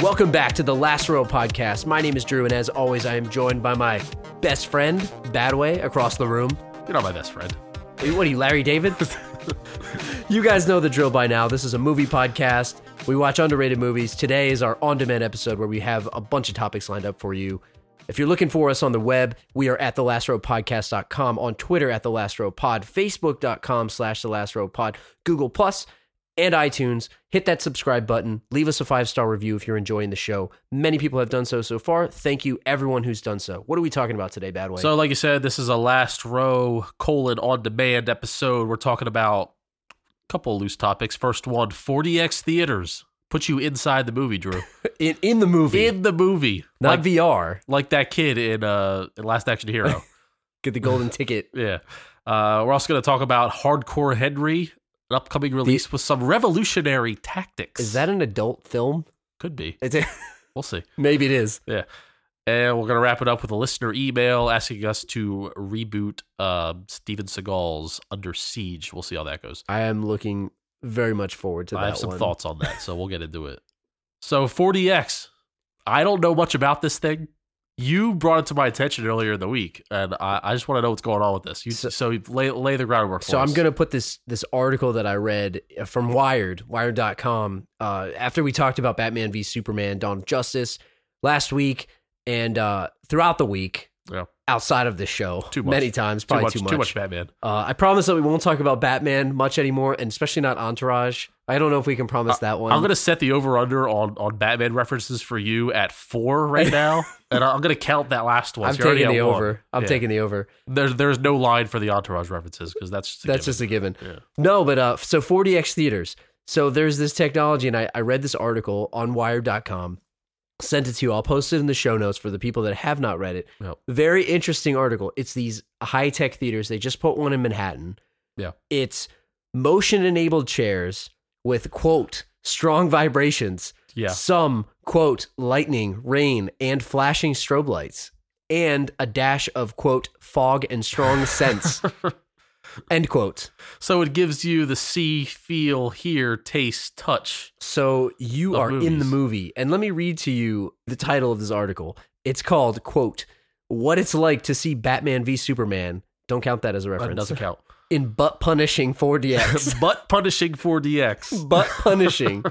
Welcome back to the Last Row Podcast. My name is Drew, and as always, I am joined by my best friend, Badway, across the room. You're not my best friend. What are you, Larry David? you guys know the drill by now. This is a movie podcast. We watch underrated movies. Today is our on demand episode where we have a bunch of topics lined up for you. If you're looking for us on the web, we are at thelastrowpodcast.com, on Twitter at thelastrowpod, facebook.com slash thelastrowpod, Google Plus, and iTunes. Hit that subscribe button. Leave us a five star review if you're enjoying the show. Many people have done so so far. Thank you, everyone who's done so. What are we talking about today, Badway? So, like you said, this is a last row colon on demand episode. We're talking about a couple loose topics. First one 40X theaters. Put you inside the movie, Drew. in, in the movie, In the movie. not Like, VR. like that kid in, uh, in Last Action Hero. Get the golden ticket. yeah. Uh, we're also going to talk about Hardcore Henry, an upcoming release with some revolutionary tactics. Is that an adult film? Could be. It's We'll see. maybe it is. And we're going to wrap it up with a listener email asking us to reboot uh, Steven Seagal's Under Siege. We'll see how that goes. I am looking very much forward to that I have some one. thoughts on that, so we'll get into it. So 40X, I don't know much about this thing. You brought it to my attention earlier in the week, and I, I just want to know what's going on with this. You, So- so, lay, lay the groundwork for So I'm us. going to put this this article that I read uh, from Wired, Wired.com. Uh, after we talked about Batman v Superman, Dawn of Justice last week, and uh, throughout the week, Yeah. outside of this show, Too much. many times, too probably much, too much Batman. Uh, I promise that we won't talk about Batman much anymore, and especially not Entourage. I don't know if we can promise that one. Uh, I'm going to set the over under on, on Batman references for you at four right now, and I'm going to count that last one. I'm So you're already taking the at one. over. I'm Yeah. taking the over. There's there's no line for the entourage references because that's just a That's given. just a given. Yeah. No, but uh, so 40x theaters. So there's this technology, and I, I read this article on wired.com, sent it to you. I'll post it in the show notes for the people that have not read it. Yep. Very interesting article. It's these high tech theaters. They just put one in Manhattan. Yeah. It's motion enabled chairs with, quote, strong vibrations, yeah. some, quote, lightning, rain, and flashing strobe lights, and a dash of, quote, fog and strong scents, end quote. So it gives you the see, feel, hear, taste, touch. So you Of are in the movies. movie, and let me read to you the title of this article. It's called "quote What It's Like to See Batman v Superman." Don't count that as a That reference. doesn't count. In butt punishing 4DX, Butt punishing 4DX. butt punishing.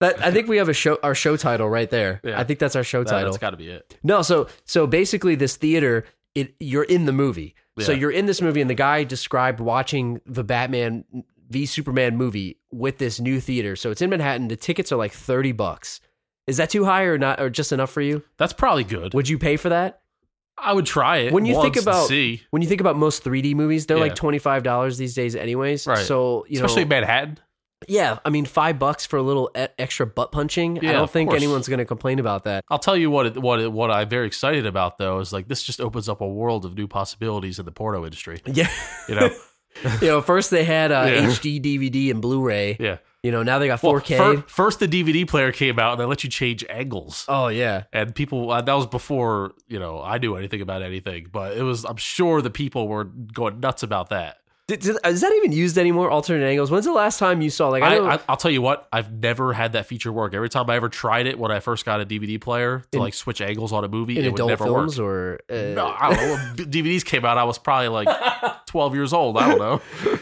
That I think we have a show our show title right there. Yeah. I think that's our show That, title. has got to be it. No, so so basically, this theater, it you're in the movie. So Yeah. you're in this movie, and the guy described watching the Batman v Superman movie with this new theater. So it's in Manhattan. The tickets are like thirty bucks. Is that too high or not, or just enough for you? That's probably good. Would you pay for that? I would try it When you think once to about- see, When you think about most 3D movies, they're like Yeah. twenty five dollars these days, anyways. Right. So you especially know, Manhattan. yeah, I mean, five bucks for a little e- extra butt punching. Yeah, I don't of think course. anyone's going to complain about that. I'll tell you what it, what it, what I'm very excited about though is like this just opens up a world of new possibilities in the porno industry. Yeah, You know, you know, first they had uh, Yeah. HD, DVD, and Blu-ray. yeah. You know, now they got Well, 4K. fir- first, the DVD player came out and they let you change angles. Oh yeah, and people uh, that was before you know i knew anything about anything but it was i'm sure the people were going nuts about that Did, did- is that even used anymore? Alternate angles. When's the last time you saw like I, I, know, I, i'll tell you what i've never had that feature work every time i ever tried it when i first got a dvd player to In- like switch angles on a movie in it would adult never films work or uh, no i don't know when dvds came out i was probably like 12 years old i don't know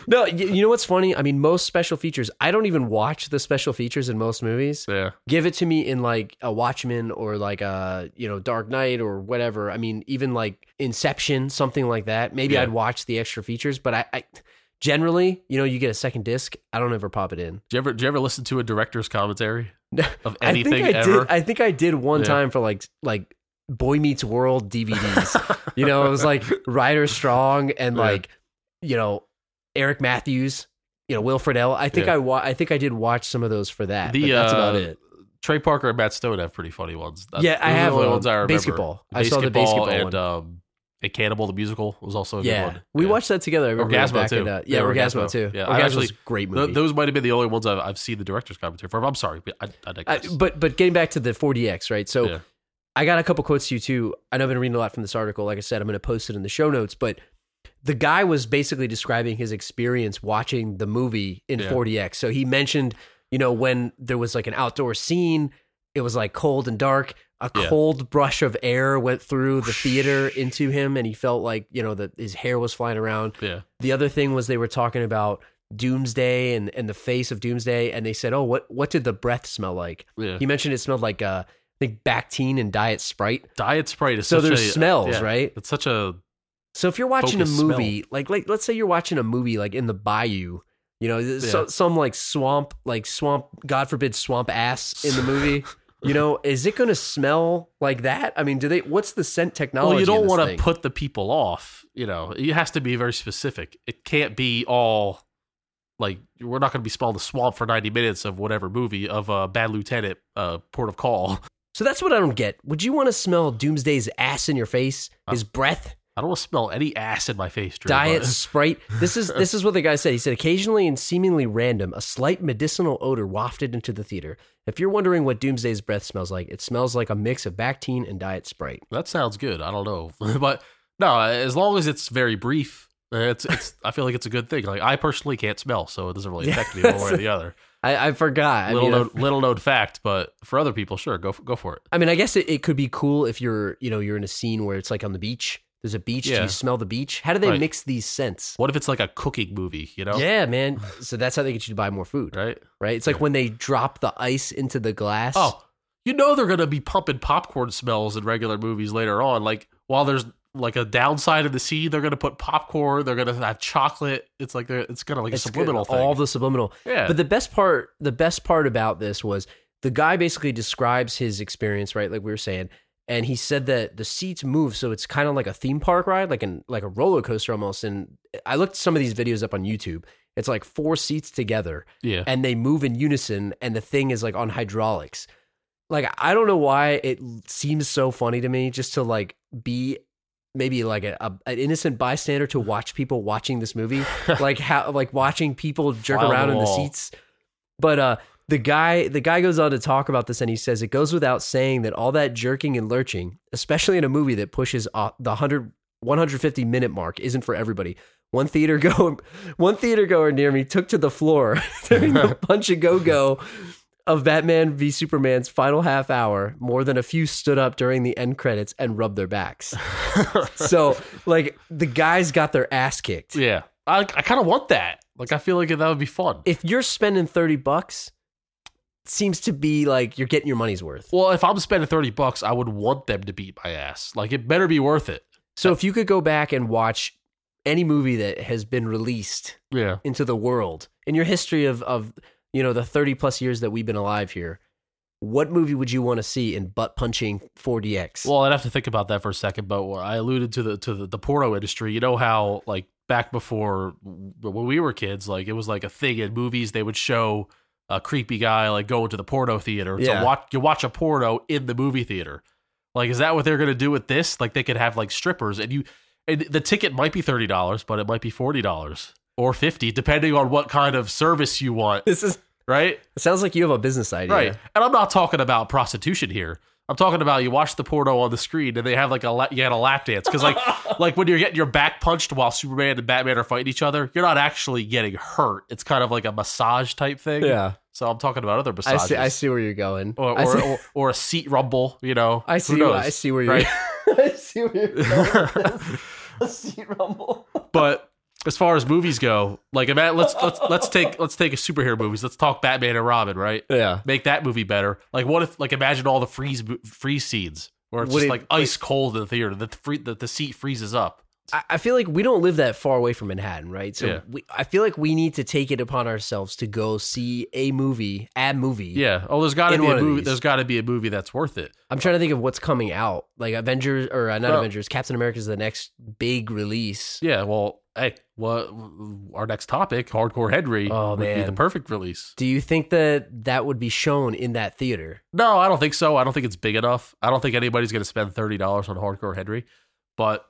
no? y- You know what's funny? I mean, most special features. I don't even watch the special features in most movies. yeah Give it to me in like a Watchmen or like a you know Dark Knight or whatever. I mean, even like Inception, something like that. Maybe Yeah. I'd watch the extra features, but I, I generally, you know, you get a second disc. I don't ever pop it in. do you ever do you ever listen to a director's commentary of I anything think I ever did. I think I did one Yeah. time for like like Boy Meets World DVDs. you know, it was like Ryder Strong and Yeah. like you know Eric Matthews. You know, Will Friedle. I think Yeah. I wa- I think I did watch some of those for that. The, but that's uh, about it. Trey Parker and Matt Stone have pretty funny ones. That- Yeah, I those are have the only um, ones I remember. basketball. I saw the basketball and one. um, and Cannibal the musical was also a yeah, good one. we Yeah. watched that together. I remember Orgasmo, back in, too. uh, yeah, Yeah, Orgasmo, Orgasmo. too. Yeah, Orgasmo's I actually- a great Th- movie. those might have been the only ones I've, I've seen the director's commentary from. I'm sorry, but I, I I- digress. Uh, but but getting back to the 40x, right? So Yeah. I got a couple quotes to you too. I know I've been reading a lot from this article. Like I said, I'm going to post it in the show notes. But the guy was basically describing his experience watching the movie in Yeah. 40x. So he mentioned, you know, when there was like an outdoor scene It was like cold and dark. A Yeah. cold brush of air went through the theater into him, and he felt like you know that his hair was flying around. Yeah. The other thing was they were talking about doomsday and, and the face of doomsday, and they said, "Oh, what what did the breath smell like?" Yeah. He mentioned it smelled like uh, I think Bactine and Diet Sprite. Diet Sprite is So such there's a- smells, uh, yeah. right? It's such a So if you're watching a Focus movie, like like let's say you're watching a movie like in the bayou, you know, so, Yeah. some like swamp, like swamp, God forbid, swamp ass in the movie. you know, is it going to smell like that? I mean, do they? What's the scent technology? well, you don't want to put the people off. You know, it has to be very specific. It can't be all like we're not going to be smelling the swamp for ninety minutes of whatever movie of uh, Bad Lieutenant, uh, Port of Call. So that's what I don't get. Would you want to smell Doomsday's ass in your face? Uh. His breath, I don't want to smell any ass in my face. Drew, diet but- sprite. This is this is what the guy said. He said occasionally and seemingly random, a slight medicinal odor wafted into the theater. If you're wondering what Doomsday's breath smells like, it smells like a mix of Bactine and Diet Sprite. That sounds good. I don't know, but no, as long as it's very brief, uh, it's it's. I feel like it's a good thing. Like I personally can't smell, so it doesn't really Yeah, affect me one way or the other. I, I forgot. I little mean, known, little known fact, but for other people, sure, go for, go for it. I, I mean, I guess it, it could be cool if you're, you know, you're in a scene where it's like on the beach. There's a beach. Do Yeah. you smell the beach? How do they Right. mix these scents? What if it's like a cooking movie? You know, Yeah, man. So that's how they get you to buy more food, right? right? It's like when they drop the ice into the glass. Oh, you know they're gonna be pumping popcorn smells in regular movies later on. Like while there's like a downside of the scene, they're gonna put popcorn. They're gonna have chocolate. It's like they're- it's gonna like It's a subliminal good. thing. All the subliminal. yeah, But the best part, the best part about this was the guy basically describes his experience, right? Like we were saying, and he said that the seats move, so it's kind of like a theme park ride, like an like a roller coaster almost. And I looked some of these videos up on YouTube. It's like four seats together, yeah. and they move in unison, and the thing is like on hydraulics. Like I don't know why it seems so funny to me just to like be maybe like a, a an innocent bystander to watch people watching this movie like how like watching people jerk Fly on around the in the wall. seats. But uh the guy the guy goes on to talk about this and he says it goes without saying that all that jerking and lurching, especially in a movie that pushes uh, the 100 150 minute mark isn't for everybody. One theater go one theater goer near me took to the floor during the bunch of go go of Batman v Superman's final half hour. More than a few stood up during the end credits and rubbed their backs. so like the guys got their ass kicked. Yeah, I I kind of want that. Like, I feel like that would be fun. if you're spending 30 bucks it seems to be like you're getting your money's worth well, if I'm spending thirty bucks, I would want them to beat my ass. Like, it better be worth it. so if you could go back and watch any movie that has been released Yeah, into the world in your history of, of you know the 30 plus years that we've been alive here what movie would you want to see in butt punching 4dx Well, I'd have to think about that for a second, but what I alluded to the to the, the porno industry. You know how like back before when we were kids, like it was like a thing in movies. They would show a creepy guy like going to the porno theater Yeah. to watch you watch a porno in the movie theater. Like, is that what they're gonna do with this? Like, they could have like strippers, and you and the ticket might be thirty dollars, but it might be forty dollars or fifty, depending on what kind of service you want, this is right? it sounds like you have a business idea Right. And I'm not talking about prostitution here. I'm talking about you watch the porno on the screen and they have like a la- you had a lap dance because like like when you're getting your back punched while Superman and Batman are fighting each other, you're not actually getting hurt. It's kind of like a massage type thing. yeah So I'm talking about other i massages. see i see where you're going Or, I or, see, or or a seat rumble, you know. I, Who see knows? I see where you're right? i see where you're going with this. seat rumble but as far as movies go, like ima- let's let's let's take let's take a superhero movies. Let's talk Batman and Robin, right? yeah make that movie better. Like, what if, like, imagine all the freeze freeze scenes where it's Would just it- like ice cold in the theater. The, free, the the seat freezes up. I I feel like we don't live that far away from Manhattan, right? So Yeah. we, I feel like we need to take it upon ourselves to go see a movie, a movie. Yeah. Oh, there's got to In be one a of movie. these. There's got to be a movie that's worth it. I'm trying to think of what's coming out, like Avengers or uh, not Well- Avengers, Captain America is the next big release. Yeah. Well, hey, what our next topic? Hardcore Henry. Oh, would be man. the perfect release. Do you think that that would be shown in that theater? No, I don't think so. I don't think it's big enough. I don't think anybody's going to spend thirty dollars on Hardcore Henry, but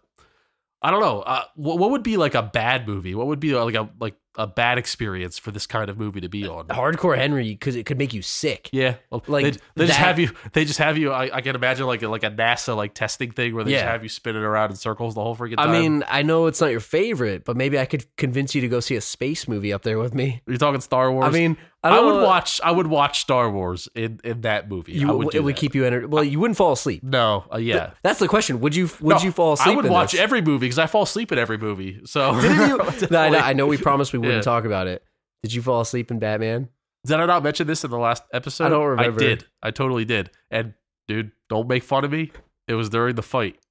I don't know. Uh, what, what would be like a bad movie? What would be like a like a bad experience for this kind of movie to Uh, be on. Hardcore Henry, because it could make you sick. Yeah, well, Like, like they, they just that- have you. They just have you. I, I can imagine like a- like a NASA like testing thing where they just Yeah. have you spinning around in circles the whole freaking time. I mean, I know it's not your favorite, but maybe I could convince you to go see a space movie up there with me. you're talking Star Wars. I mean, I, I, don't would know- watch. I would watch Star Wars in in that movie. You, I would do it would that. keep you entered. Well, you wouldn't fall asleep. No, uh, yeah. That's the question. Would you would No, you fall asleep? I would in watch this? every movie because I fall asleep in every movie. So Didn't you? No, I, know, Definitely. I know we promised we wouldn't Yeah. talk about it. Did you fall asleep in Batman? Did I not mention this in the last episode? I don't remember. I did. I totally did. And dude, don't make fun of me. It was during the fight.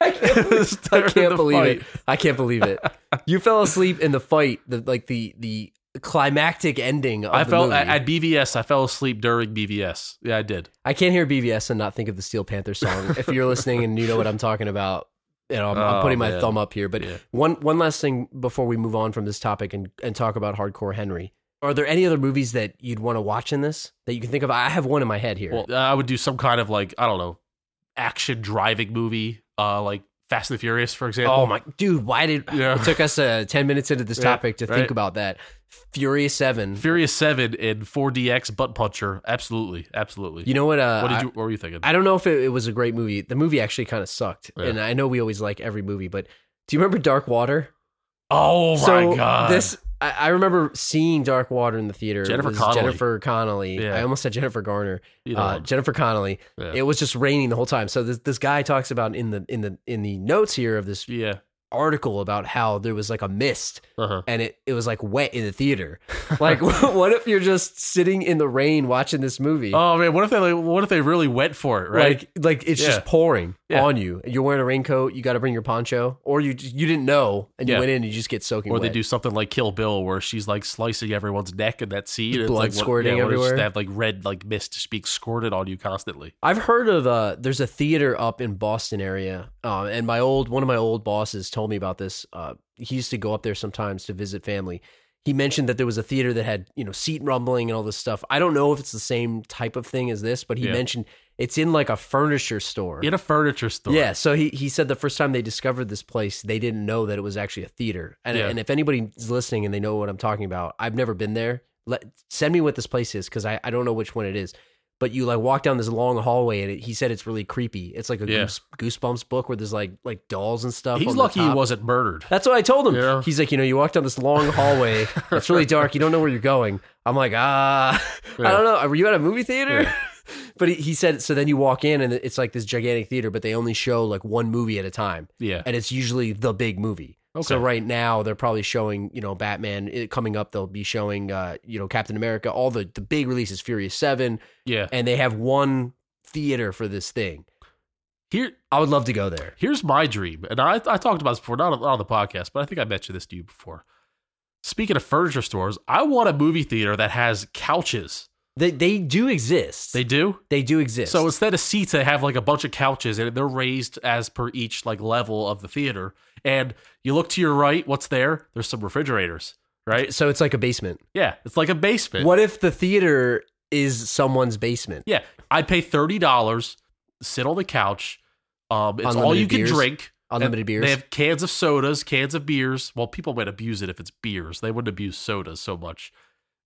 I can't, It was during the believe it. fight. I can't believe it. You fell asleep in the fight, the like the the climactic ending. Of I the fell movie. at, at BVS. I fell asleep during BVS. Yeah, I did. I can't hear BVS and not think of the Steel Panther song. if you're listening and you know what I'm talking about, you know, I'm, I'm Oh, putting my man. thumb up here. But Yeah. one one last thing before we move on from this topic and, and talk about Hardcore Henry. Are there any other movies that you'd want to watch in this that you can think of? I have one in my head here. Well, I would do some kind of like I don't know, action driving movie, uh, like Fast and the Furious, for example. oh my dude, why did Yeah. it took us uh, ten minutes into this Yeah, topic to think right. about that? Furious Seven. Furious Seven in 4DX butt puncher. Absolutely, absolutely. You know what? Uh, what I- did you? What were you thinking? I don't know if it, it was a great movie. The movie actually kind of sucked, Yeah. and I know we always like every movie, but do you remember Dark Water? oh my so god! this I, I remember seeing Dark Water in the theater. It Jennifer was Connelly. Jennifer Connelly. Yeah. I almost said Jennifer Garner. Either Uh, one. Jennifer Connelly. Yeah. It was just raining the whole time. So this this guy talks about in the in the in the notes here of this yeah. article about how there was like a mist Uh-huh. and it, it was like wet in the theater. Like what if you're just sitting in the rain watching this movie? Oh man, what if they like, what if they really went for it? Right? Like like it's Yeah. just pouring Yeah. on you. You're wearing a raincoat. You got to bring your poncho, or you you didn't know and you Yeah. went in and you just get soaking. or wet. they do something like Kill Bill, where she's like slicing everyone's neck in that scene, and it's, Blood like, what- squirting yeah, where it's just everywhere. Have like red like mist just being squirted on you constantly. I've heard of uh, there's a theater up in Boston area, um, and my old one of my old bosses told me about this. Uh, he used to go up there sometimes to visit family. He mentioned that there was a theater that had you know seat rumbling and all this stuff. I don't know if it's the same type of thing as this, but he Yeah. mentioned it's in like a furniture store. In a furniture store. Yeah, so he, he said the first time they discovered this place, they didn't know that it was actually a theater. And, Yeah. and if anybody's listening and they know what I'm talking about, I've never been there. Let, send me what this place is because I, I don't know which one it is. But you like walk down this long hallway and it, he said it's really creepy. It's like a Yeah. goose, Goosebumps book where there's like like dolls and stuff. He's on the lucky he top. wasn't murdered. That's what I told him. Yeah. He's like, you know, you walk down this long hallway. it's really dark. You don't know where you're going. I'm like, ah, I Yeah. don't know. Were you at a movie theater? but he, he said, so then you walk in and it's like this gigantic theater, but they only show like one movie at a time. Yeah. And it's usually the big movie. So Okay. right now they're probably showing, you know, Batman It- coming up. They'll be showing, uh, you know, Captain America, all the, the big releases, Furious 7. Yeah. And they have one theater for this thing. Here I would love to go there. here's my dream. And I I talked about this before, not on, not on the podcast, but I think I mentioned this to you before. Speaking of furniture stores, I want a movie theater that has couches. They, they do exist. They do? they do exist. So instead of seats, they have like a bunch of couches, and they're raised as per each like level of the theater. And you look to your right, what's there? There's some refrigerators, right? so it's like a basement. Yeah, it's like a basement. What if the theater is someone's basement? Yeah, I pay thirty dollars, sit on the couch. Um, it's all Unlimited you can beers. drink. Unlimited And beers. They have cans of sodas, cans of beers. Well, people might abuse it if it's beers. They wouldn't abuse sodas so much.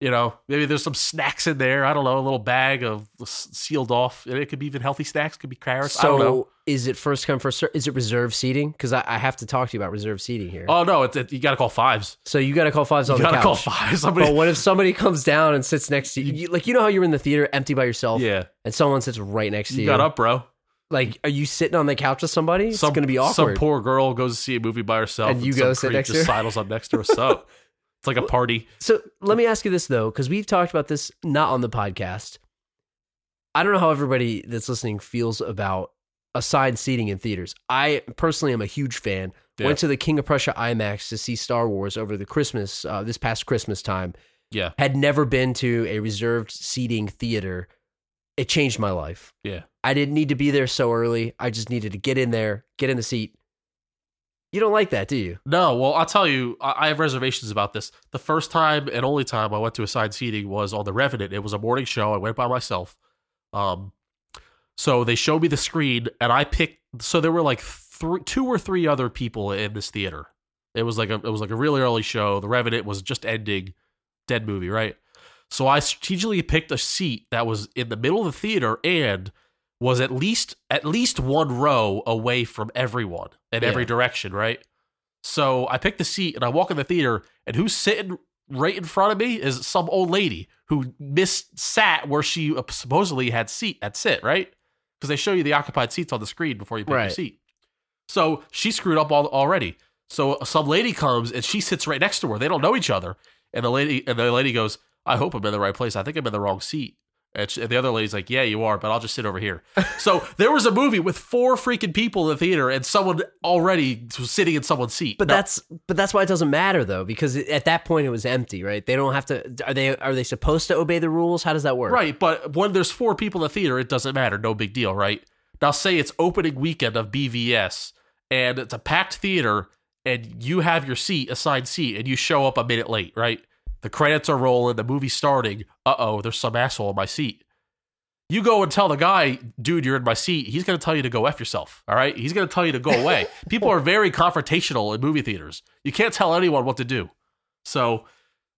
You know, maybe there's some snacks in there. I don't know, a little bag of s- sealed off. and It could be even healthy snacks. Could be carrots. I don't know. so is it first come first serve? Is it reserved seating? Because I, I have to talk to you about reserved seating here. Oh no, it's it, you got to call fives. so you got to call fives on You the got to couch. call fives. Somebody. But what if somebody comes down and sits next to you? you- Like you know how you're in the theater, empty by yourself, yeah, and someone sits right next to you you. got up, bro. Like, are you sitting on the couch with somebody? It's some, going to be Some awkward. poor girl goes to see a movie by herself, And you go some sit creep next to just her? sidles up next to her. What's up? It's like a party. So let me ask you this though, because we've talked about this not on the podcast. I don't know how everybody that's listening feels about assigned seating in theaters. I personally am a huge fan. Yeah. Went to the King of Prussia IMAX to see Star Wars over the Christmas, uh, this past Christmas time. Yeah. Had never been to a reserved seating theater. It changed my life. Yeah. I didn't need to be there so early. I just needed to get in there, get in the seat. You don't like that, do you? No, well, I'll tell you, I I have reservations about this. The first time and only time I went to assigned seating was on The Revenant. It was a morning show. I went by myself. Um, so they showed me the screen, and I picked. So there were like three, two or three other people in this theater, It was like a it was like a really early show. The Revenant was just ending, dead movie, right? So I strategically picked a seat that was in the middle of the theater and was at least at least one row away from everyone in every Yeah. direction, right? So I picked the seat and I walk in the theater and who's sitting right in front of me is some old lady who miss sat where she uh, supposedly had seat had sit, right? Because they show you the occupied seats on the screen before you pick your Right. seat. So she screwed up all, already. So uh, some lady comes and she sits right next to her. They don't know each other. And the lady and the lady goes, "I hope I'm in the right place. I think I'm in the wrong seat." And, she, and the other lady's like, "Yeah, you are, but I'll just sit over here." so there was a movie with four freaking people in the theater and someone already was sitting in someone's seat. But No, that's but that's why it doesn't matter though, because at that point it was empty, right? They don't have to. Are they are they supposed to obey the rules? How does that work? right. But when there's four people in the theater, it doesn't matter. No big deal, right? Now say it's opening weekend of BVS and it's a packed theater and you have your seat assigned seat and you show up a minute late, right? The credits are rolling, the movie's starting. Uh oh, there's some asshole in my seat. You go and tell the guy, dude, you're in my seat. He's going to tell you to go F yourself. All right. He's going to tell you to go away. People are very confrontational in movie theaters. You can't tell anyone what to do. So,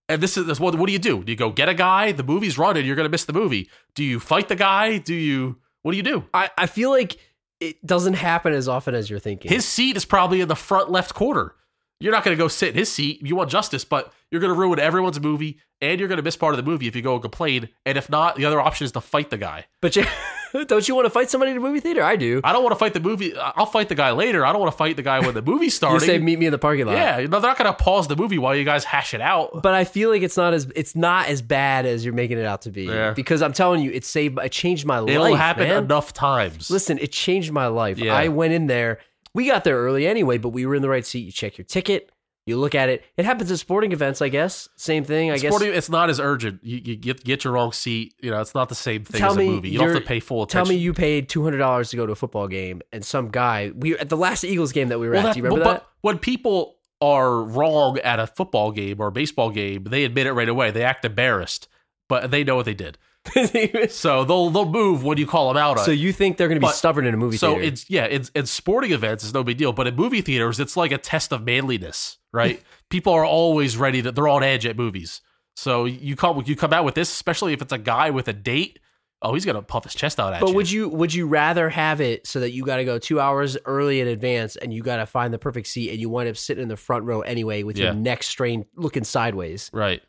and this is this, what, what do you do? Do you go get a guy? The movie's running. You're going to miss the movie. Do you fight the guy? Do you, what do you do? I, I feel like it doesn't happen as often as you're thinking. His seat is probably in the front left corner. You're not going to go sit in his seat. You want justice, but you're going to ruin everyone's movie, and you're going to miss part of the movie if you go and complain. And if not, the other option is to fight the guy. but you, don't you want to fight somebody in a movie theater? I do. I don't want to fight the movie. I- I'll fight the guy later. I don't want to fight the guy when the movie's You starting. say meet me in the parking lot. yeah, you know, they're not going to pause the movie while you guys hash it out. But I feel like it's not as it's not as bad as you're making it out to be. Yeah. Because I'm telling you, it saved. It changed my life. It'll happen man. enough times. Listen, it changed my life. Yeah. I went in there. We got there early anyway, but we were in the right seat. You check your ticket. You look at it. It happens at sporting events, I guess. Same thing, I guess. Sporting- it's not as urgent. You, you get get your wrong seat. You know, it's not the same thing Tell as a me movie. You don't have you're- to pay full Tell attention. me you paid two hundred dollars to go to a football game, and some guy we at the last Eagles game that we were Well, at. that- do you remember but, but when people are wrong at a football game or a baseball game, they admit it right away. They act embarrassed, but they know what they did. that? So they'll they'll move when you call them out. on so it. you think they're going to be But- stubborn in a movie so theater? it's yeah, it's in sporting events, it's no big deal, but in movie theaters, it's like a test of manliness, right? people are always ready to they're on edge at movies. So you come you come out with this, especially if it's a guy with a date. Oh, he's gonna puff his chest out at but you. would you would you rather have it so that you got to go two hours early in advance and you got to find the perfect seat and you wind up sitting in the front row anyway with Yeah. your neck strained, looking sideways? right?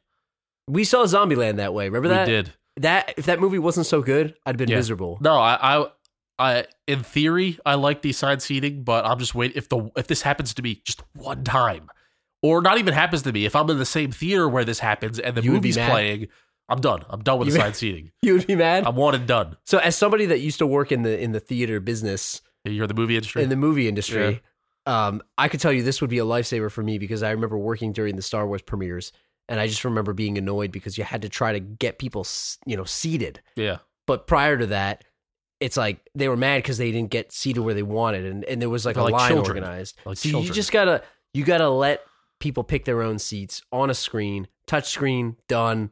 We saw Zombieland that way. Remember We that? did. That if that movie wasn't so good, I'd been Yeah. miserable. No, I, I, I, in theory, I like the assigned seating, but I'm just waiting. If the if this happens to me just one time, or not even happens to me, if I'm in the same theater where this happens and the You would be movie's mad. playing, I'm done. I'm done with You- assigned seating. You would be mad. I'm one and done. so as somebody that used to work in the in the theater business, You're in the movie industry. in the movie industry. Um, I could tell you this would be a lifesaver for me because I remember working during the Star Wars premieres, and I just remember being annoyed because you had to try to get people, s- you know, seated. yeah, But prior to that, it's like they were mad because they didn't get seated where they wanted, and, and there was like They're a like line children. organized. Like so you children. just gotta you gotta let people pick their own seats on a screen, touch screen, done,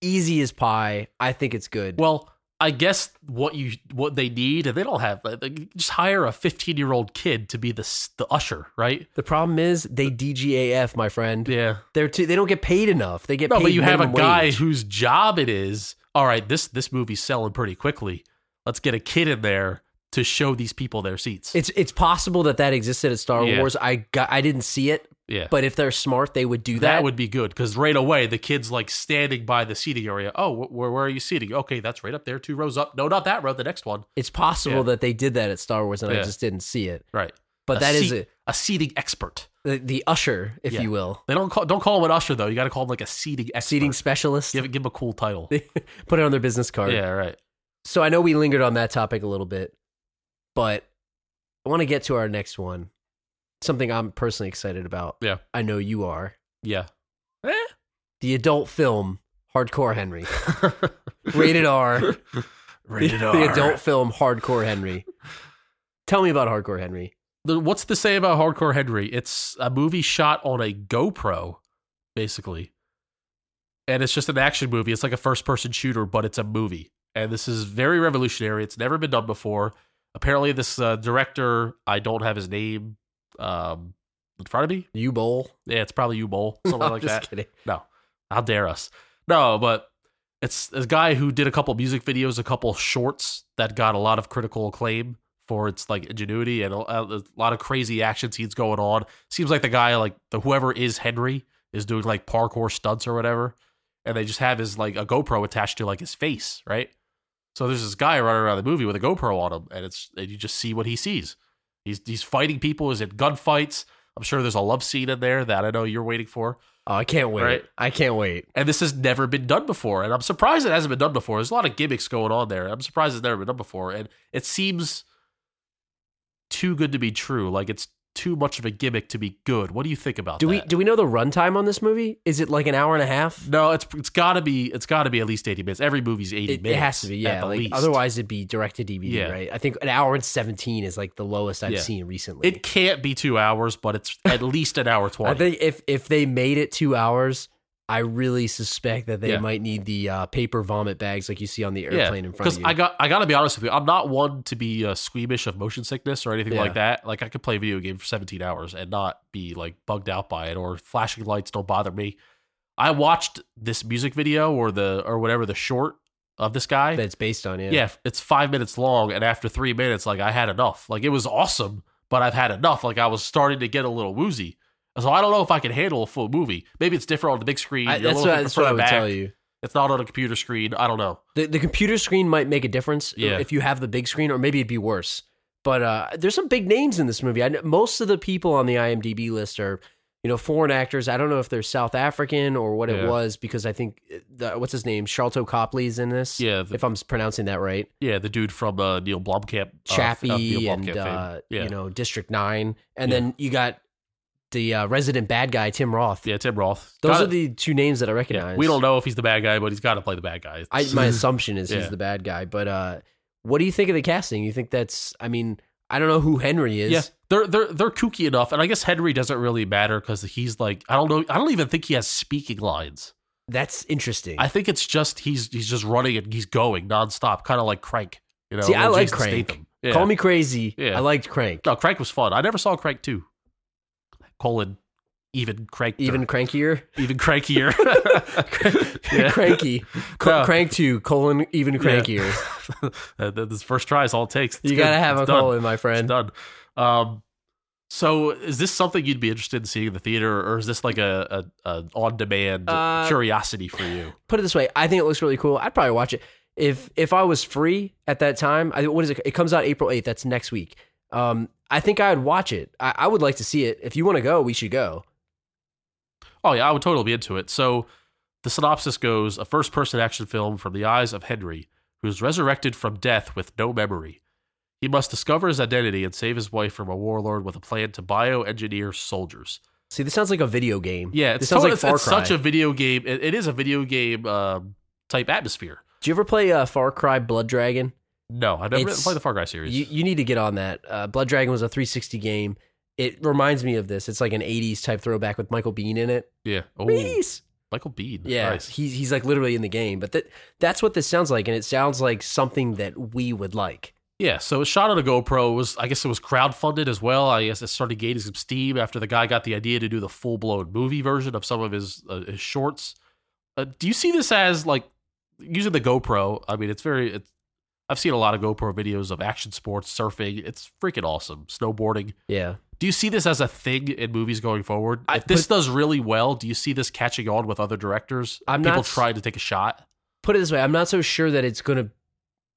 easy as pie. I think it's good. Well, I guess what you what they need, and they don't have. like, they Just hire a 15 year old kid to be the s- the usher, right? the problem is they DGAF, my friend. Yeah. They're too, they don't get paid enough. They get No, paid but you have a minimum guy wage. whose job it is. All right, this this movie's selling pretty quickly. Let's get a kid in there to show these people their seats. It's it's possible that that existed at Star Yeah. Wars. I got, I didn't see it, yeah, but if they're smart, they would do that, that. would be good because right away the kid's like standing by the seating area. Oh, wh- where where are you seating? Okay, that's right up there, two rows up. No, not that row, the next one. it's possible Yeah. that they did that at Star Wars, and I Yeah. just didn't see it. Right, But A that is seat- a seating expert. it, the, the usher, if Yeah. you will, They don't call don't call him an usher though. You got to call him like a seating expert. seating specialist. Give give him a cool title. Put it on their business card. Yeah, right. So I know we lingered on that topic a little bit, but I want to get to our next one. Something I'm personally excited about. Yeah. I know you are. Yeah. Eh. The adult film Hardcore Henry, rated R. Rated the, R. the adult film Hardcore Henry. Tell me about Hardcore Henry. the, what's to say about Hardcore Henry? It's a movie shot on a GoPro, basically. And it's just an action movie. It's like a first person shooter, but it's a movie. And this is very revolutionary. It's never been done before. Apparently, this uh, director, I don't have his name, um, Farnaby? You bowl. Yeah, it's probably you bowl something I'm like just that. kidding. No, how dare us? No, but it's a guy who did a couple music videos, a couple shorts that got a lot of critical acclaim for its like ingenuity and a, a lot of crazy action scenes going on. Seems like the guy, like the whoever is Henry, is doing like parkour stunts or whatever, and they just have his like a GoPro attached to like his face, right? So there's this guy running around the movie with a GoPro on him, and it's and you just see what he sees. He's he's fighting people. Is it gunfights? I'm sure there's a love scene in there that I know you're waiting for. Oh, I can't wait. Right. I can't wait. And this has never been done before. And I'm surprised it hasn't been done before. There's a lot of gimmicks going on there. I'm surprised it's never been done before. And it seems too good to be true. Like it's too much of a gimmick to be good. What do you think about Do that? we do we know the runtime on this movie? Is it like an hour and a half? No, it's it's gotta be it's gotta be at least eighty minutes. Every movie's eighty It, it minutes. has to be, at yeah. the Like, least. otherwise, it'd be direct to DVD, Yeah. right? I think an hour and seventeen is like the lowest I've Yeah. seen recently. it can't be two hours, but it's at least an hour twenty. I think if if they made it two hours, I really suspect that they Yeah. might need the uh, paper vomit bags like you see on the Yeah, airplane in front Because of you. I got, I gotta be honest with you, I'm not one to be uh, squeamish of motion sickness or anything Yeah. like that. Like I could play a video game for 17 hours and not be like bugged out by it, or flashing lights don't bother me. I watched this music video or the or whatever the short of this guy. that it's based on. Yeah. yeah. it's five minutes long, and after three minutes, like I had enough. Like it was awesome, but I've had enough. Like I was starting to get a little woozy. So I don't know if I can handle a full movie. Maybe it's different on the big screen. I, You're that's a little what, that's what I further would back. tell you. It's not on a computer screen. I don't know. The, the computer screen might make a difference Yeah. if you have the big screen, or maybe it'd be worse. But uh, there's some big names in this movie. I know, most of the people on the IMDb list are, you know, foreign actors. I don't know if they're South African or what it Yeah. was because I think uh, the, what's his name, Charlton Copley's in this. Yeah, the- if I'm pronouncing that right, Yeah, the dude from uh, Neil Blomkamp, uh, Chappie of Neil Blomkamp and fame. uh, yeah, you know District Nine, and Yeah. then you got the uh, resident bad guy Tim Roth. yeah, Tim Roth. Those Gotta- are the two names that I yeah, recognize. we don't know if he's the bad guy, but he's got to play the bad guy. I, my assumption is he's Yeah. the bad guy. But uh, what do you think of the casting? You think that's? I mean, I don't know who Henry is. yeah, they're they're they're kooky enough, and I guess Henry doesn't really matter because he's like I don't know, I don't even think he has speaking lines. That's interesting. I think it's just he's he's just running and he's going nonstop, kind of like Crank. You know, See, I little like Jason Crank. Statham. Yeah. Call me crazy. Yeah. I liked Crank. no, Crank was fun. I never saw Crank two. Colon even Crank Even crankier, even crankier. Yeah. cranky, Co- No. crank two colon even crankier. Uh, th- this first try is all it takes. It's You gotta good. have It's a done. colon, my It's friend. done. Um, so is this something you'd be interested in seeing in the theater, or is this like a, a, a on demand Uh, curiosity for you? Put it this way, I think it looks really cool. I'd probably watch it if if I was free at that time. I, what is it? It comes out April eighth. That's next week. Um, I think I'd watch it. I, I would like to see it. If you want to go, we should go. Oh yeah, I would totally be into it. So the synopsis goes: a first-person action film from the eyes of Henry, who is resurrected from death with no memory. He must discover his identity and save his wife from a warlord with a plan to bioengineer soldiers. See, this sounds like a video game. Yeah, this it's, sounds totally, like Far it's, it's Cry. such a video game. It, it is a video game um, type atmosphere. Do you ever play uh, Far Cry Blood Dragon? No, I never It's- played the Far Cry series. You, you need to get on that. Uh, Blood Dragon was a 360 game. It reminds me of this. It's like an 80s type throwback with Michael Bean in it. yeah. Oh, Bees! Michael Bean. Yeah, Nice. he's, he's like literally in the game. But that that's what this sounds like. And it sounds like something that we would like. Yeah, so it was shot on a GoPro. It was I guess it was crowdfunded as well. I guess it started gaining some steam after the guy got the idea to do the full blown movie version of some of his uh, his shorts. Uh, do you see this as like using the GoPro? I mean, it's very. It's, I've seen a lot of GoPro videos of action sports, surfing. It's freaking awesome. Snowboarding. Yeah. Do you see this as a thing in movies going forward? I- if this does really well, do you see this catching on with other directors? I'm People not- trying to take a shot. Put it this way I'm not so sure that it's going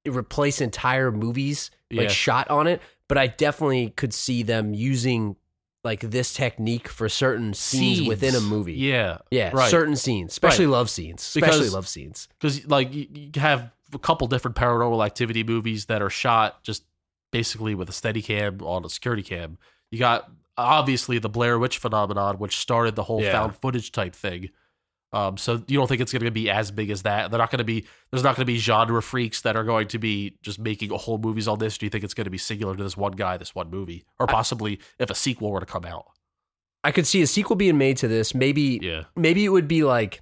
to replace entire movies, like Yeah. shot on it. But I definitely could see them using like this technique for certain scenes, within a movie. Yeah, Yeah, Right. certain scenes, especially love scenes, especially Because- love scenes. because like you, you have a couple different paranormal activity movies that are shot just basically with a steady cam on a security cam you got obviously the blair witch phenomenon which started the whole Yeah. found footage type thing um, so you don't think it's going to be as big as that they're not going to be there's not going to be genre freaks that are going to be just making whole movies on this do you think it's going to be singular to this one guy this one movie or possibly if a sequel were to come out I could see a sequel being made to this. Maybe, yeah maybe it would be like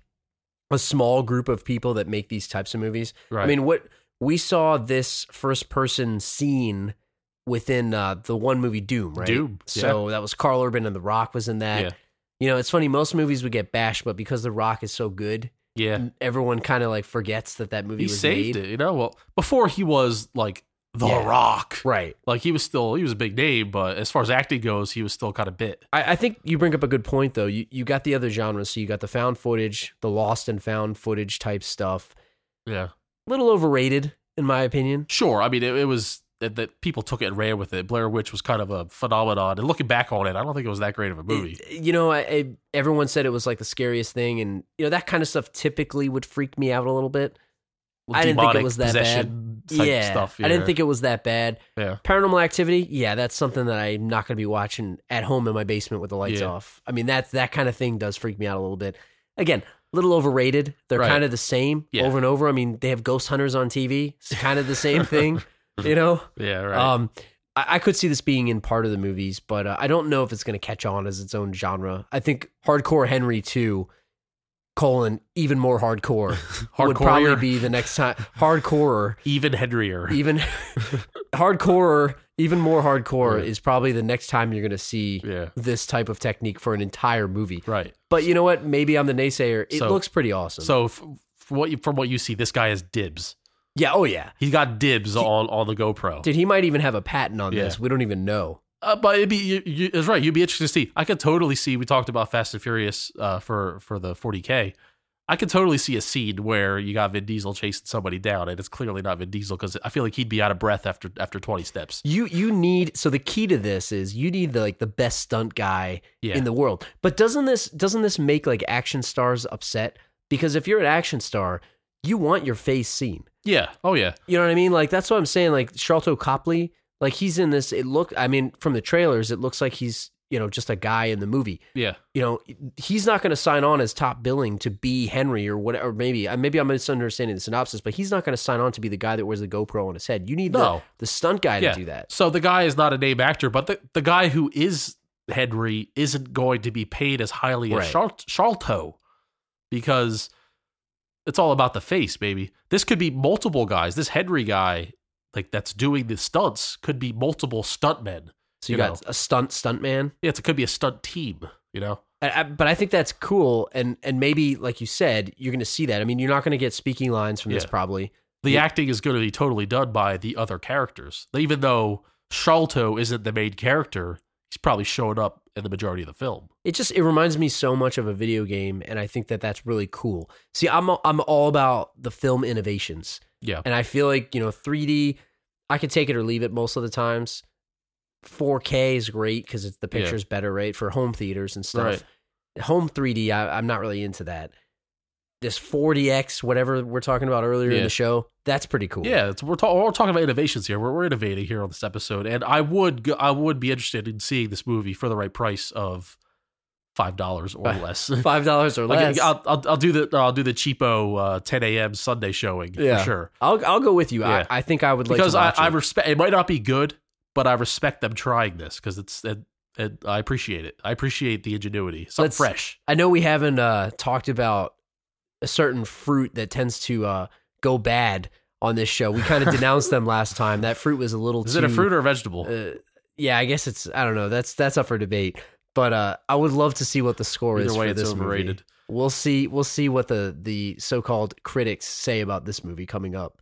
a small group of people that make these types of movies. right I mean, what we saw this first person scene within uh, the one movie Doom, right? Doom, So that was Carl Urban and The Rock was in that. Yeah. You know, it's funny. Most movies would get bashed, but because The Rock is so good, Yeah. everyone kind of like forgets that that movie He was saved made. it, you know? Well, before he was like The Yeah. Rock. Right. Like he was still he was a big name, but as far as acting goes, he was still kind of bit. I, I think you bring up a good point though. You you got the other genres, so you got the found footage, the lost and found footage type stuff. Yeah. little overrated, in my opinion. Sure. I mean, it, it was that, that people took it and ran with it. Blair Witch was kind of a phenomenon, and looking back on it, I don't think it was that great of a movie. It- you know, I, I, everyone said it was like the scariest thing, and you know that kind of stuff typically would freak me out a little bit. I didn't think it Demonic was that possession type yeah, stuff. I yeah. didn't think it was that bad. Yeah. Paranormal Activity, yeah, that's something that I'm not going to be watching at home in my basement with the lights Yeah. off. I mean, that's that kind of thing does freak me out a little bit. Again, a little overrated. They're Right. kind of the same Yeah. over and over. I mean, they have ghost hunters on TV. It's kind of the same thing, you know. Yeah. Right. Um, I, I could see this being in part of the movies, but uh, I don't know if it's going to catch on as its own genre. I think Hardcore Henry two colon even more hardcore would probably Hardcore. be the next time hardcore even Henrier. even hardcore even more hardcore Right. is probably the next time you're going to see yeah. this type of technique for an entire movie Right. but you know what maybe i'm the naysayer it So- looks pretty awesome So, f- from what you, from what you see, this guy has dibs. yeah oh yeah He got dibs on on the GoPro. dude he might even have a patent on Yeah. this we don't even know Uh, but it'd be you, you, it's right. You'd be interested to see. I could totally see. We talked about Fast and Furious uh, for for the 40k. I could totally see a scene where you got Vin Diesel chasing somebody down, and it's clearly not Vin Diesel because I feel like he'd be out of breath after after 20 steps. you you need so the key to this is you need the like the best stunt guy Yeah, in the world but doesn't this doesn't this make like action stars upset because if you're an action star you want your face seen yeah, oh yeah, You know what I mean? Like that's what I'm saying. Like Charlton Copley, like he's in this. It look, I mean, from the trailers, it looks like he's you know just a guy in the movie. yeah, You know, he's not going to sign on as top billing to be Henry or whatever. Maybe, uh, maybe I'm misunderstanding the synopsis, but he's not going to sign on to be the guy that wears the GoPro on his head. You need the, No. the stunt guy Yeah. to do that. So the guy is not a name actor, but the the guy who is Henry isn't going to be paid as highly Right. as Char- Charlto because it's all about the face, baby. This could be multiple guys. This Henry guy, like that's doing the stunts, could be multiple stuntmen. So you, You got a stunt stunt man. Yeah, it's- it could be a stunt team. You know, I, I- but I think that's cool, and and maybe like you said, you're going to see that. I mean, you're not going to get speaking lines from this Yeah. probably. the Yeah. acting is going to be totally done by the other characters, even though Charlto isn't the main character. He's probably showing up in the majority of the film. it just it reminds me so much of a video game and i think that that's really cool see i'm i'm all about the film innovations Yeah. and i feel like you know 3d i could take it or leave it most of the times 4k is great cuz it's the Yeah. picture's better right for home theaters and stuff Right. home 3d I, i'm not really into that this 40x whatever we're talking about earlier in Yeah. the show that's pretty cool Yeah, it's, we're, ta- we're talking about innovations here. We're, we're innovating here on this episode, and I would go, I would be interested in seeing this movie for the right price of five dollars or less. five dollars or less like, I'll, I'll, I'll do the I'll do the cheapo uh, ten a.m. Sunday showing Yeah. for sure I'll, I'll go with you Yeah. I, I think i would like because to I, watch I it. respect it might not be good, but I respect them trying this because it's it, it, I appreciate it. I appreciate the ingenuity. Something Let's- fresh. I know we haven't uh, talked about a certain fruit that tends to uh, go bad on this show. We kind of denounced them last time. That fruit was a little. Is too, it a fruit or a vegetable? Uh, yeah, I guess it's. I don't know. That's that's up for debate. But uh, I would love to see what the score is Either way, for it's this overrated. movie. We'll see. We'll see what the the so called critics say about this movie coming up.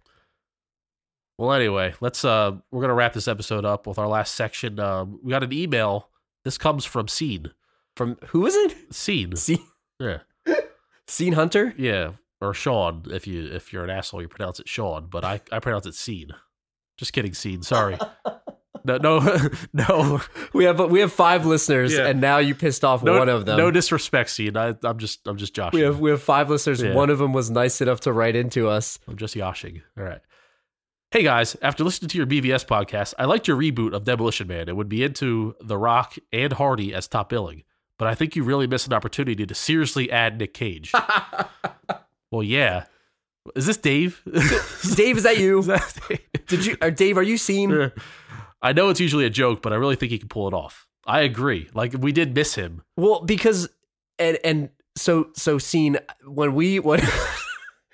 Well, anyway, let's uh we're gonna wrap this episode up with our last section. Um, we got an email. This comes from Scene. From who is it? Scene. Scene, Yeah, Scene Hunter. yeah, or Sean. If you if you're an asshole, you pronounce it Sean, but I I pronounce it Scene. Just kidding, Scene. Sorry. No, no, no, We have we have five listeners, Yeah. and now you pissed off no. one of them. No disrespect, Scene. I, I'm just I'm just joshing. we have we have five listeners. Yeah. One of them was nice enough to write into us. I'm just yoshing. All right. Hey guys, after listening to your BVS podcast, I liked your reboot of Demolition Man and would be into The Rock and Hardy as top billing, but I think you really missed an opportunity to seriously add Nick Cage. well, yeah. Is this Dave? Dave, is that you? Is that Dave? Did you, or Dave? Are you seen? I know it's usually a joke, but I really think he can pull it off. I agree. Like we did miss him. Well, because and and so so seen when we when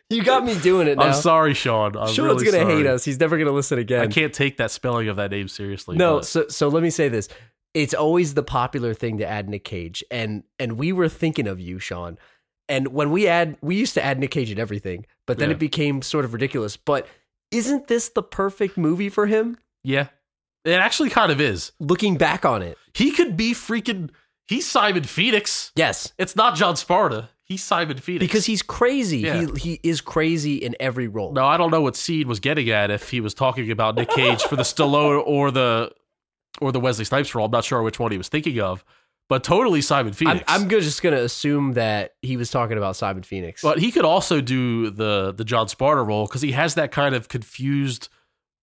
You got me doing it now. I'm sorry, Sean. I'm Sean's really gonna sorry. hate us. He's never gonna listen I again. can't take that spelling of that name seriously. No, but- so so let me say this. It's always the popular thing to add Nick Cage, and and we were thinking of you, Sean. And when we add, we used to add Nick Cage in everything, but then Yeah. it became sort of ridiculous. But isn't this the perfect movie for him? yeah, it actually kind of is. Looking back on it, He could be freaking. He's Simon Phoenix. yes, It's not John Sparta. He's Simon Phoenix. because he's crazy. Yeah. He he is crazy in every role. no, I don't know what Seed was getting at if he was talking about Nick Cage for the Stallone or the or the Wesley Snipes role. I'm not sure which one he was thinking of, but totally Simon I'm, Phoenix. I'm go- just gonna assume that he was talking about Simon Phoenix. But he could also do the the John Sparta role because he has that kind of confused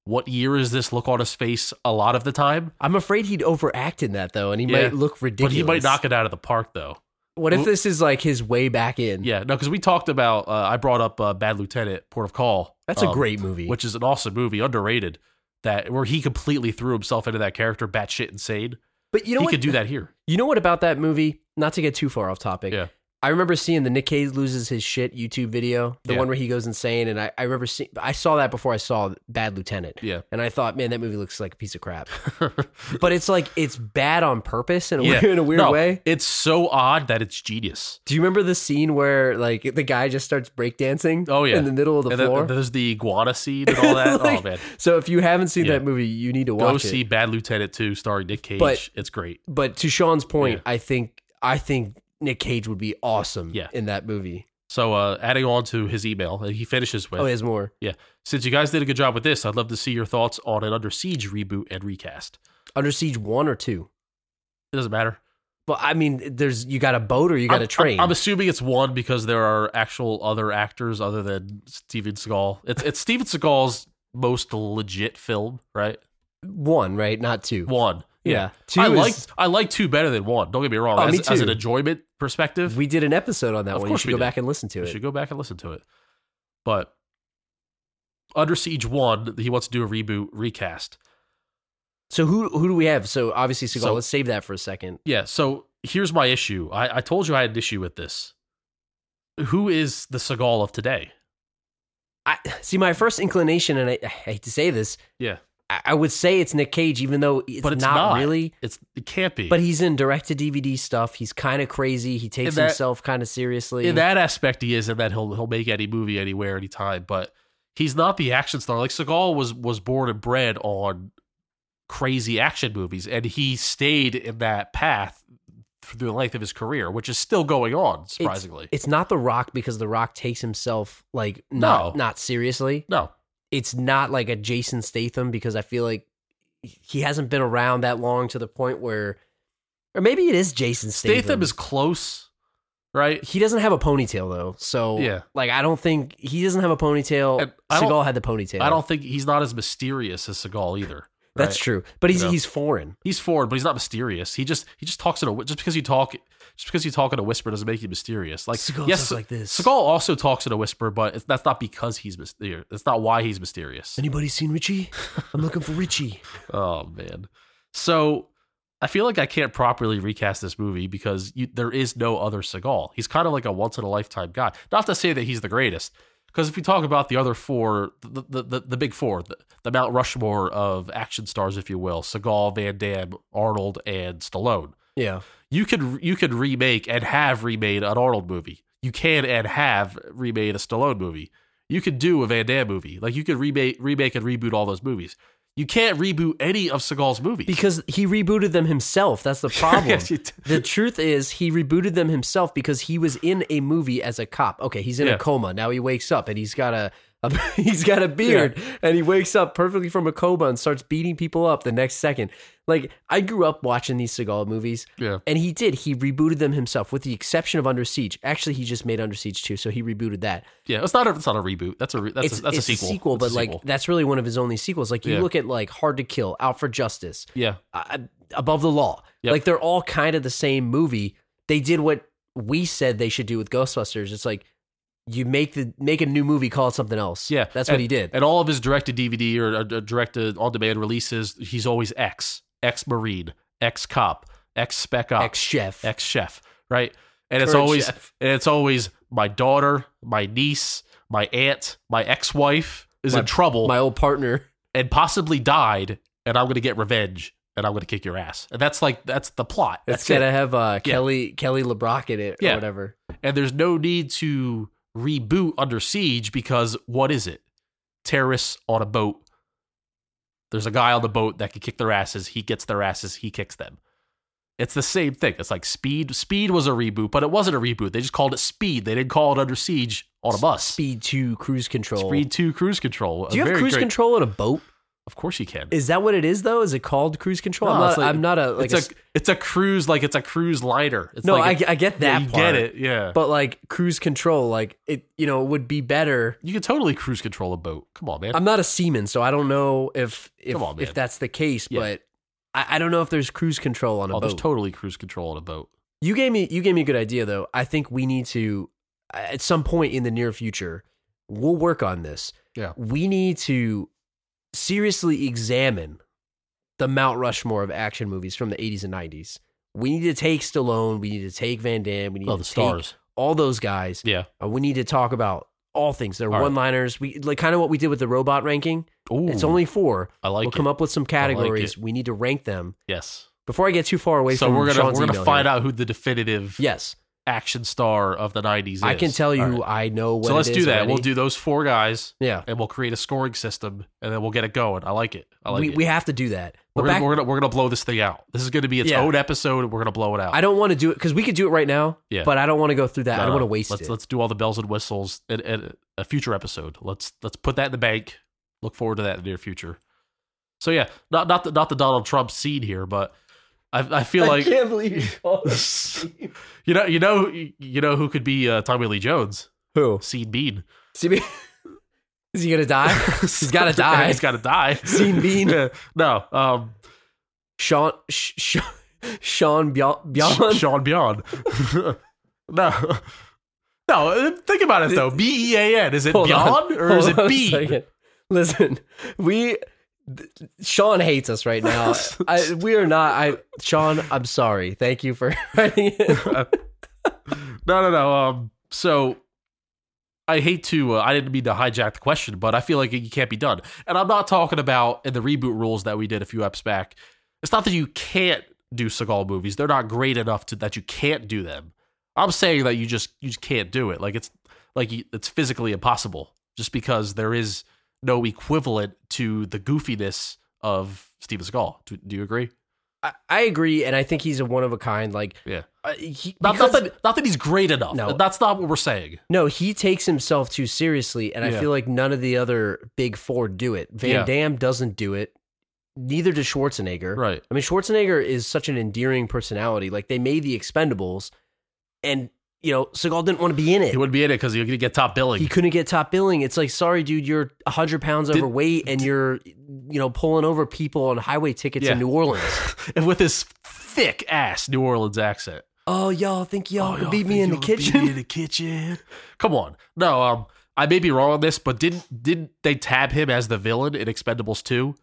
what year is this look on his face a lot of the time. I'm afraid he'd overact in that though, and he Yeah. might look But ridiculous. he might knock it out of the park though. What if this is like his way back in? Yeah, no, because we talked about uh, I brought up uh, Bad Lieutenant, Port of Call. that's a um, great movie. which is an awesome movie, underrated. That where he completely threw himself into that character, batshit insane. but you know he what? could do that here. You know what about that movie? Not to get too far off topic. Yeah. I remember seeing the Nick Cage loses his shit YouTube video, the Yeah. one where he goes insane, and I, I remember seeing I saw that before I saw Bad Lieutenant. Yeah. And I thought, man, that movie looks like a piece of crap. but it's like it's bad on purpose in a, Yeah. weird, in a weird No, way. It's so odd that it's genius. Do you remember the scene where like the guy just starts breakdancing? Oh, yeah. In the middle of the and then floor. there's the iguana scene and all that. Like, oh man, so if you haven't seen Yeah. that movie, you need to go watch it. see Bad Lieutenant 2 starring Nick Cage. But- it's great. but to Sean's point, Yeah. I think I think Nick Cage would be awesome Yeah. in that movie. So, uh, adding on to his email, he finishes with Oh, he has more. Since you guys did a good job with this, I'd love to see your thoughts on an Under Siege reboot and recast. Under Siege one or two. It doesn't matter. Well, I mean, there's you got a boat or you got I'm- a train. I'm, I'm assuming it's one because there are actual other actors other than Steven Seagal. It's, it's Steven Seagal's most legit film, right? one, right? Not two. One. yeah. two. I is- like I like two better than one. Don't get me wrong. Oh, as, me as too. an enjoyment perspective, we did an episode on that Of one. You course should we go did. back and listen to We it. should go back and listen to it. But Under Siege One, he wants to do a reboot recast. So who who do we have? So obviously Seagal. So- let's save that for a second. Yeah. So here's my issue. I, I told you I had an issue with this. Who is the Seagal of today? I see my first inclination, and I, I hate to say this. Yeah. I, I would say it's Nick Cage, even though it's, But it's not, not. really. It's it can't be. But he's in direct to DVD stuff. He's kind of crazy. He takes that- himself kind of seriously. in that aspect, he is, and that he'll he'll make any movie anywhere, anytime. But he's not the action star. Like Seagal was was born and bred on crazy action movies, and he stayed in that path through the length of his career, which is still going on, surprisingly. it's not The Rock because The Rock takes himself like not No. not seriously. no, it's not like a Jason Statham because I feel like he hasn't been around that long to the point where, or maybe it is Jason Statham. Statham, is close, right? he doesn't have a ponytail though, so Yeah. like I don't think he doesn't have a ponytail. And I don't- Seagal had the ponytail. I don't think he's not as mysterious as Seagal either. That's right? true, but he's You know. he's foreign. He's forward, but he's not mysterious. He just he just talks in a whi- just because you talk just because you talk in a whisper doesn't make you mysterious. Like Seagal yes, talks like this. Seagal also talks in a whisper, but it's, that's not because he's mysterious. That's not why he's mysterious. Anybody seen Richie? I'm looking for Richie. Oh man, so I feel like I can't properly recast this movie because you, there is no other Seagal. He's kind of like a once in a lifetime guy. Not to say that he's the greatest, because if you talk about the other four, the the, the, the big four, the, the Mount Rushmore of action stars, if you will, Seagal, Van Damme, Arnold, and Stallone. Yeah, you could you could remake and have remade an Arnold movie. You can and have remade a Stallone movie. You could do a Van Damme movie. Like you could remake remake and reboot all those movies. You can't reboot any of Seagal's movies. because he rebooted them himself. That's the problem. Yes, you did. the truth is he rebooted them himself because he was in a movie as a cop. Okay, he's in Yeah. a coma. Now he wakes up and he's got a, a he's got a beard and he wakes up perfectly from a coma and starts beating people up the next second. Like I grew up watching these Seagal movies. Yeah. And he did. He rebooted them himself with the exception of Under Siege. Actually, he just made Under Siege 2, so he rebooted that. yeah, it's not a, it's not a reboot. That's a re, that's it's a, that's it's a sequel. It's but a like sequel. that's really one of his only sequels. Like you Yeah. look at like Hard to Kill, Out for Justice, yeah, uh, above the law. Yep. Like they're all kind of the same movie. They did what we said they should do with Ghostbusters. It's like you make the make a new movie called something else. yeah, that's and, what he did. And all of his direct to DVD or uh, direct to on demand releases, he's always ex ex marine, ex cop, ex spec ops, Ex chef. ex chef, right? And it's Current always chef. and it's always my daughter, my niece, my aunt, my ex wife is My- in trouble My old partner. and possibly died, and I'm going to get revenge and I'm going to kick your ass. And that's like, that's the plot. It's that's it. gonna have uh, Kelly Kelly LeBrock in it or Yeah. whatever. and there's no need to reboot under siege because what is it terrorists on a boat there's a guy on the boat that can kick their asses he gets their asses he kicks them it's the same thing it's like speed speed was a reboot but it wasn't a reboot they just called it speed they didn't call it under siege on a bus Speed two cruise control. speed 2 cruise control Do you have Very cruise great- control in a boat? of course you can Is that what it is though? Is it called cruise control? No, I'm, not, it's like- I'm not a like it's a a, s- it's a cruise like it's a cruise liner it's no. like I, I get that yeah, you part, get it yeah but like cruise control, like it you know would be better. you can totally cruise control a boat come on man I'm not a seaman, so I don't know if if Come on, if man. that's the case, Yeah. but. I I don't know if there's cruise control on a oh there's boat. totally cruise control on a boat You gave me you gave me a good idea though. I think we need to at some point in the near future, we'll work on this. Yeah. We need to seriously examine the Mount Rushmore of action movies from the 80s and 90s. We need to take Stallone, we need to take Van Damme, we need oh to the take stars all those guys. Yeah. Uh, we need to talk about all things. They're All right. one-liners. We like kind of what we did with the robot ranking. Ooh, It's only 4. I like we'll it. come up with some like categories. we need to rank them. yes. Before I get too far away So from we're gonna Sean's we're email gonna find here. out who the definitive Yes. action star of the '90s is. I can tell you All who right. I know what So it let's is do that. already. We'll do those four guys, yeah. and we'll create a scoring system, and then we'll get it going. I like it. I like we it. we have to do that. we're, But gonna, back, we're gonna we're gonna blow this thing out. This is gonna be its Yeah. own episode. and We're gonna blow it out. I don't want to do it because we could do it right now. Yeah. But I don't want to go through that. I don't want to waste let's, it. Let's do all the bells and whistles in, in a future episode. Let's let's put that in the bank. Look forward to that in the near future. So yeah, not not the, not the Donald Trump seed here, but I I feel like can't believe you called You know, you know, you know who could be uh, Tommy Lee Jones? who. Seed Bean. CB- is he gonna die? He's gotta die. He's gotta die. Seed Bean. Yeah. No, um, Sean Sh- Sh- Sean Bial- Bialon. Sean Beyond. no, no. Think about it though. B E A N. Is it Hold on. Beyond or is Hold on it a B? second. Listen, we th- Sean hates us right now. I, we are not. I Sean, I'm sorry. Thank you for writing it. No, no, no. Um, so I hate to. Uh, I didn't mean to hijack the question, but I feel like it can't be done. And I'm not talking about in the reboot rules that we did a few eps back. It's not that you can't do Seagal movies; they're not great enough to that you can't do them. I'm saying that you just you just can't do it. Like it's like you- it's physically impossible, just because there is no equivalent to the goofiness of Steven Seagal. Do, do you agree? I, I agree, and I think he's a one of a kind. Like, Yeah. uh, he, Not, because- not that not that he's great enough. No. that's not what we're saying. No, he takes himself too seriously, and I Yeah. feel like none of the other big four do it. Van Yeah. Damme doesn't do it. Neither does Schwarzenegger. Right. I mean, Schwarzenegger is such an endearing personality. Like they made the Expendables, and you know Seagal didn't want to be in it. He wouldn't be in it because he would get top billing. He couldn't get top billing. It's like, sorry, dude, you're hundred pounds Did- overweight, and you're you know pulling over people on highway tickets Yeah. in New Orleans. and with his thick ass New Orleans accent. oh, y'all think y'all Oh, could y'all beat me think in the y'all could beat me kitchen? in the kitchen. Come on. No, um, I may be wrong on this, but didn't didn't they tab him as the villain in Expendables 2?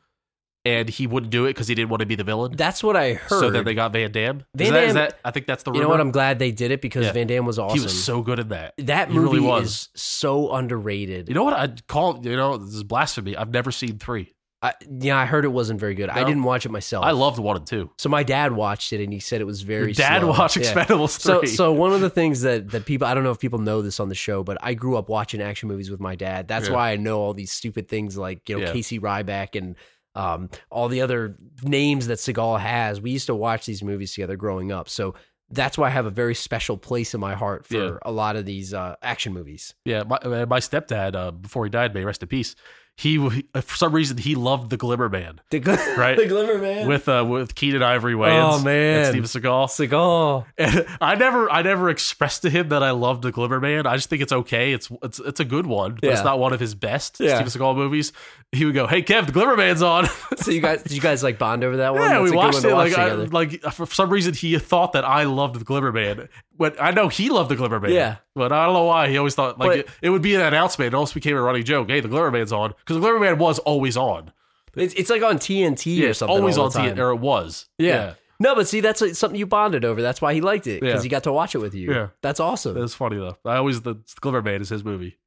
And he wouldn't do it because he didn't want to be the villain. That's what I heard. So then they got Van Damme. Van is that, is Damme- that- I think that's the you rumor. know what? I'm glad they did it because Yeah. Van Damme was awesome. He was so good in that. That He really movie was. is so underrated. You know what I'd call you know, this is blasphemy. I've never seen three. I, yeah, I heard it wasn't very good. I No. didn't watch it myself. I loved one and two. So my dad watched it and he said it was Oh. very. Your dad slow. watched Yeah. Expendables So, three. so one of the things that, that people I don't know if people know this on the show, but I grew up watching action movies with my dad. That's Yeah. why I know all these stupid things like you know Yeah. Casey Ryback and um, all the other names that Seagal has. We used to watch these movies together growing up, so that's why I have a very special place in my heart for Yeah. a lot of these uh, action movies. Yeah, my uh, my stepdad uh, before he died, may he rest in peace. He w- for some reason he loved the Glimmer Man The, gl- Right. the Glimmer Man with uh, with Keenan Ivory Wayans Oh, man. and Steven Seagal. Seagal. And I never I never expressed to him that I loved the Glimmer Man. I just think it's okay. It's it's it's a good one, but Yeah. it's not one of his best Yeah. Steven Seagal movies. He would go, "Hey Kev, the Glimmer Man's on." So you guys, did you guys like bond over that one? yeah, That's we a good watched one to it. watch Like I, together. like uh, for some reason he thought that I loved the Glimmer Man. But I know he loved the Glimmer Man. Yeah. But I don't know why he always thought like But- it, it would be an announcement. It almost became a running joke. Hey, the Glimmer Man's on because the Glimmer Man was always on. It's, it's like on TNT or it's something. always all on the time. TV, or it was. Yeah. No, but see, that's like, something you bonded over. That's why he liked it because Yeah. he got to watch it with you. Yeah. That's awesome. That's funny though. I always the, the Glimmer Man is his movie.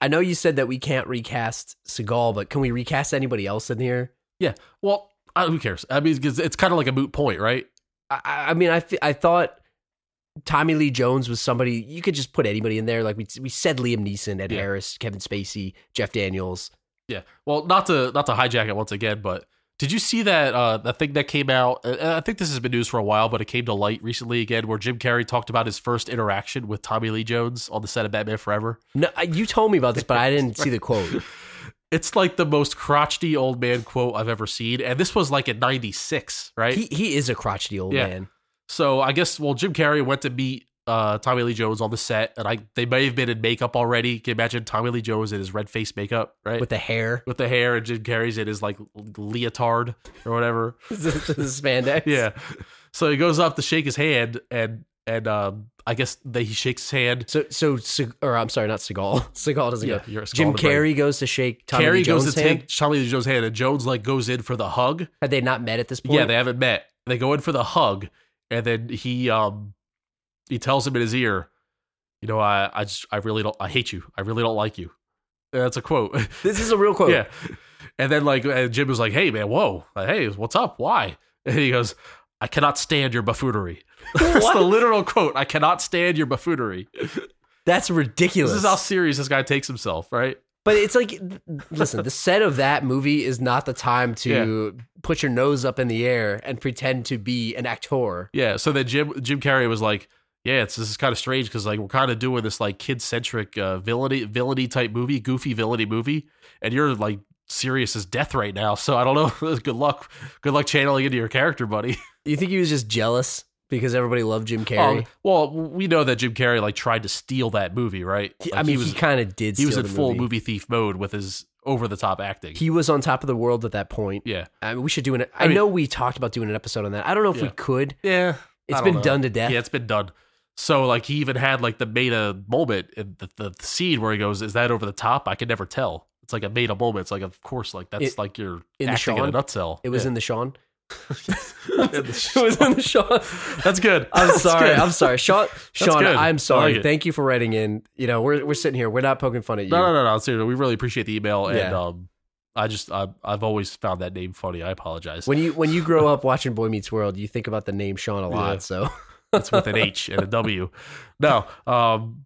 I know you said that we can't recast Seagal, but can we recast anybody else in here? Yeah. Well, I, who cares? I mean, 'cause it's kind of like a moot point, right? I- I, I mean, I, f- I thought Tommy Lee Jones was somebody you could just put anybody in there. Like we we said, Liam Neeson, Ed Yeah. Harris, Kevin Spacey, Jeff Daniels. Yeah. Well, not to not to hijack it once again, but did you see that uh that thing that came out? uh, I think this has been news for a while, but it came to light recently again, where Jim Carrey talked about his first interaction with Tommy Lee Jones on the set of Batman Forever. No, I- you told me about this, but I didn't see the quote. It's like the most crotchety old man quote I've ever seen, and this was like in '96, right? He he is a crotchety old Yeah. man. So I guess well, Jim Carrey went to meet uh, Tommy Lee Jones on the set, and I they may have been in makeup already. Can you imagine Tommy Lee Jones in his red face makeup, right? with With, the hair, the hair, and Jim Carrey's in his like leotard or whatever. the spandex. yeah. So he goes up to shake his hand, and and um, I guess they, he shakes his hand. So so Se- or I'm sorry, not Seagal. Seagal doesn't Yeah, go. you're Jim scalded, right? Carrey goes to shake Tommy Lee Carrey Jones' goes to hand. take Tommy Lee Jones' hand, and Jones like goes in for the hug. Had they not met at this point? Yeah, they haven't met. They go in for the hug, and then he um he tells him in his ear, you know, I I just I really don't I hate you. I really don't like you. And That's a quote. this is a real quote. yeah. And then like and Jim was like, hey man, whoa, Like, hey, what's up? Why? And he goes, I cannot stand your buffoonery. That's the What? literal quote. I cannot stand your buffoonery. That's This ridiculous. is how serious this guy takes himself, right? but it's like, listen, the set of that movie is not the time to put your nose up in the air and pretend to be an actor. Yeah. So then Jim Jim Carrey was like, "Yeah, it's this is kind of strange because like we're kind of doing this like kid centric uh, villainy villainy type movie, goofy villainy movie, and you're like serious as death right now. So I don't know. good luck, good luck channeling into your character, buddy. You think he was just jealous because everybody loved Jim Carrey? Um, well, we know that Jim Carrey like tried to steal that movie, right? He- I Like, mean, he he, was kind of did. he was steal in the full movie thief mode with his over the top acting. He was on top of the world at that point. yeah, I mean, we should do an. I, I mean- know we talked about doing an episode on that. I don't know if we Yeah. could. yeah. It's don't been know. done to death. Yeah, it's been done. So like he even had like the meta moment in the, the, the scene where he goes, "Is that over the top?" I can never tell. It's like a meta moment. It's like of course, like that's It- like you're in the acting in a Shawn? nutshell. It was in the Sean. in It was in the Uh, Sean. that's good. I'm That's sorry. good. I'm sorry, Sean. Sean, good. I'm sorry. I like it. Thank you for writing in. You know, we're we're sitting here. We're not poking fun at you. no, no, no, no. Seriously, we really appreciate the email, and Yeah. um, I just I, I've always found that name funny. I apologize. When you when you grow up watching Boy Meets World, you think about the name Sean a lot. Yeah. So it's with an H and a W. No, um,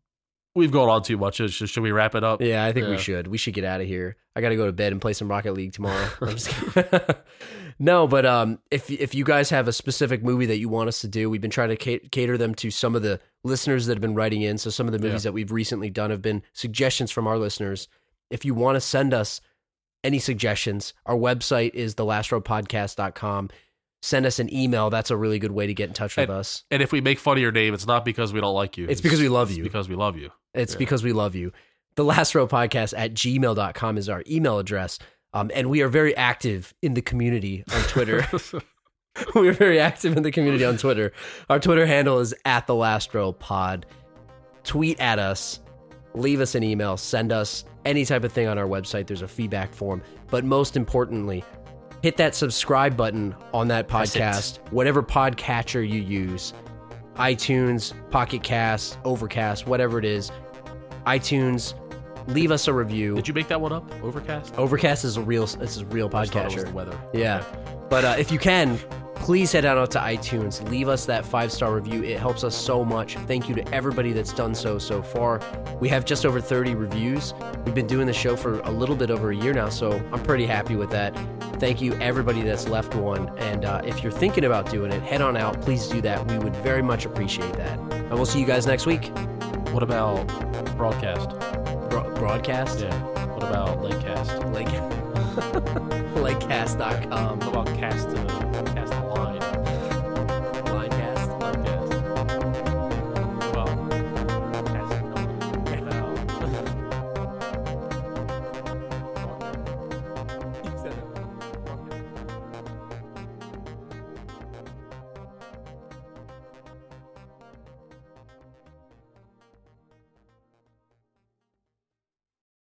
we've gone on too much. Should should we wrap it up? yeah, I think we Yeah. should. We should get out of here. I got to go to bed and play some Rocket League tomorrow. I'm just kidding. no, but um, if if you guys have a specific movie that you want us to do, we've been trying to ca- cater them to some of the listeners that have been writing in. So some of the movies that we've recently done have been suggestions from our listeners. If you want to send us any suggestions, our website is thelastrowpodcast.com. Send us an email. That's a really good way to get in touch with And- us. And if we make fun of your name, it's not because we don't like you. It's because we love it's you. Because we love you. It's Yeah. because we love you. The last row podcast at gmail.com is our email address. Um, and we are very active in the community on Twitter. we are very active in the community on Twitter. Our Twitter handle is at the last row pod. Tweet at us, leave us an email, send us any type of thing on our website. There's a feedback form. But most importantly, hit that subscribe button on that Press it. podcast, whatever podcatcher you use iTunes, Pocket Cast, Overcast, whatever it is. iTunes, leave us a review. Did you make that one up? Overcast? Overcast is a real this is a real I just thought it was the podcatcher. weather. Yeah. But uh, if you can, please head on out to iTunes. Leave us that five star review. It helps us so much. Thank you to everybody that's done so so far. We have just over 30 reviews. We've been doing the show for a little bit over a year now, so I'm pretty happy with that. Thank you, everybody that's left one. And uh, if you're thinking about doing it, head on out. Please do that. We would very much appreciate that. And we'll see you guys next week. What about broadcast? Bro- broadcast, Yeah. What about lakecast? like, like cast.com. What about cast? Uh, cast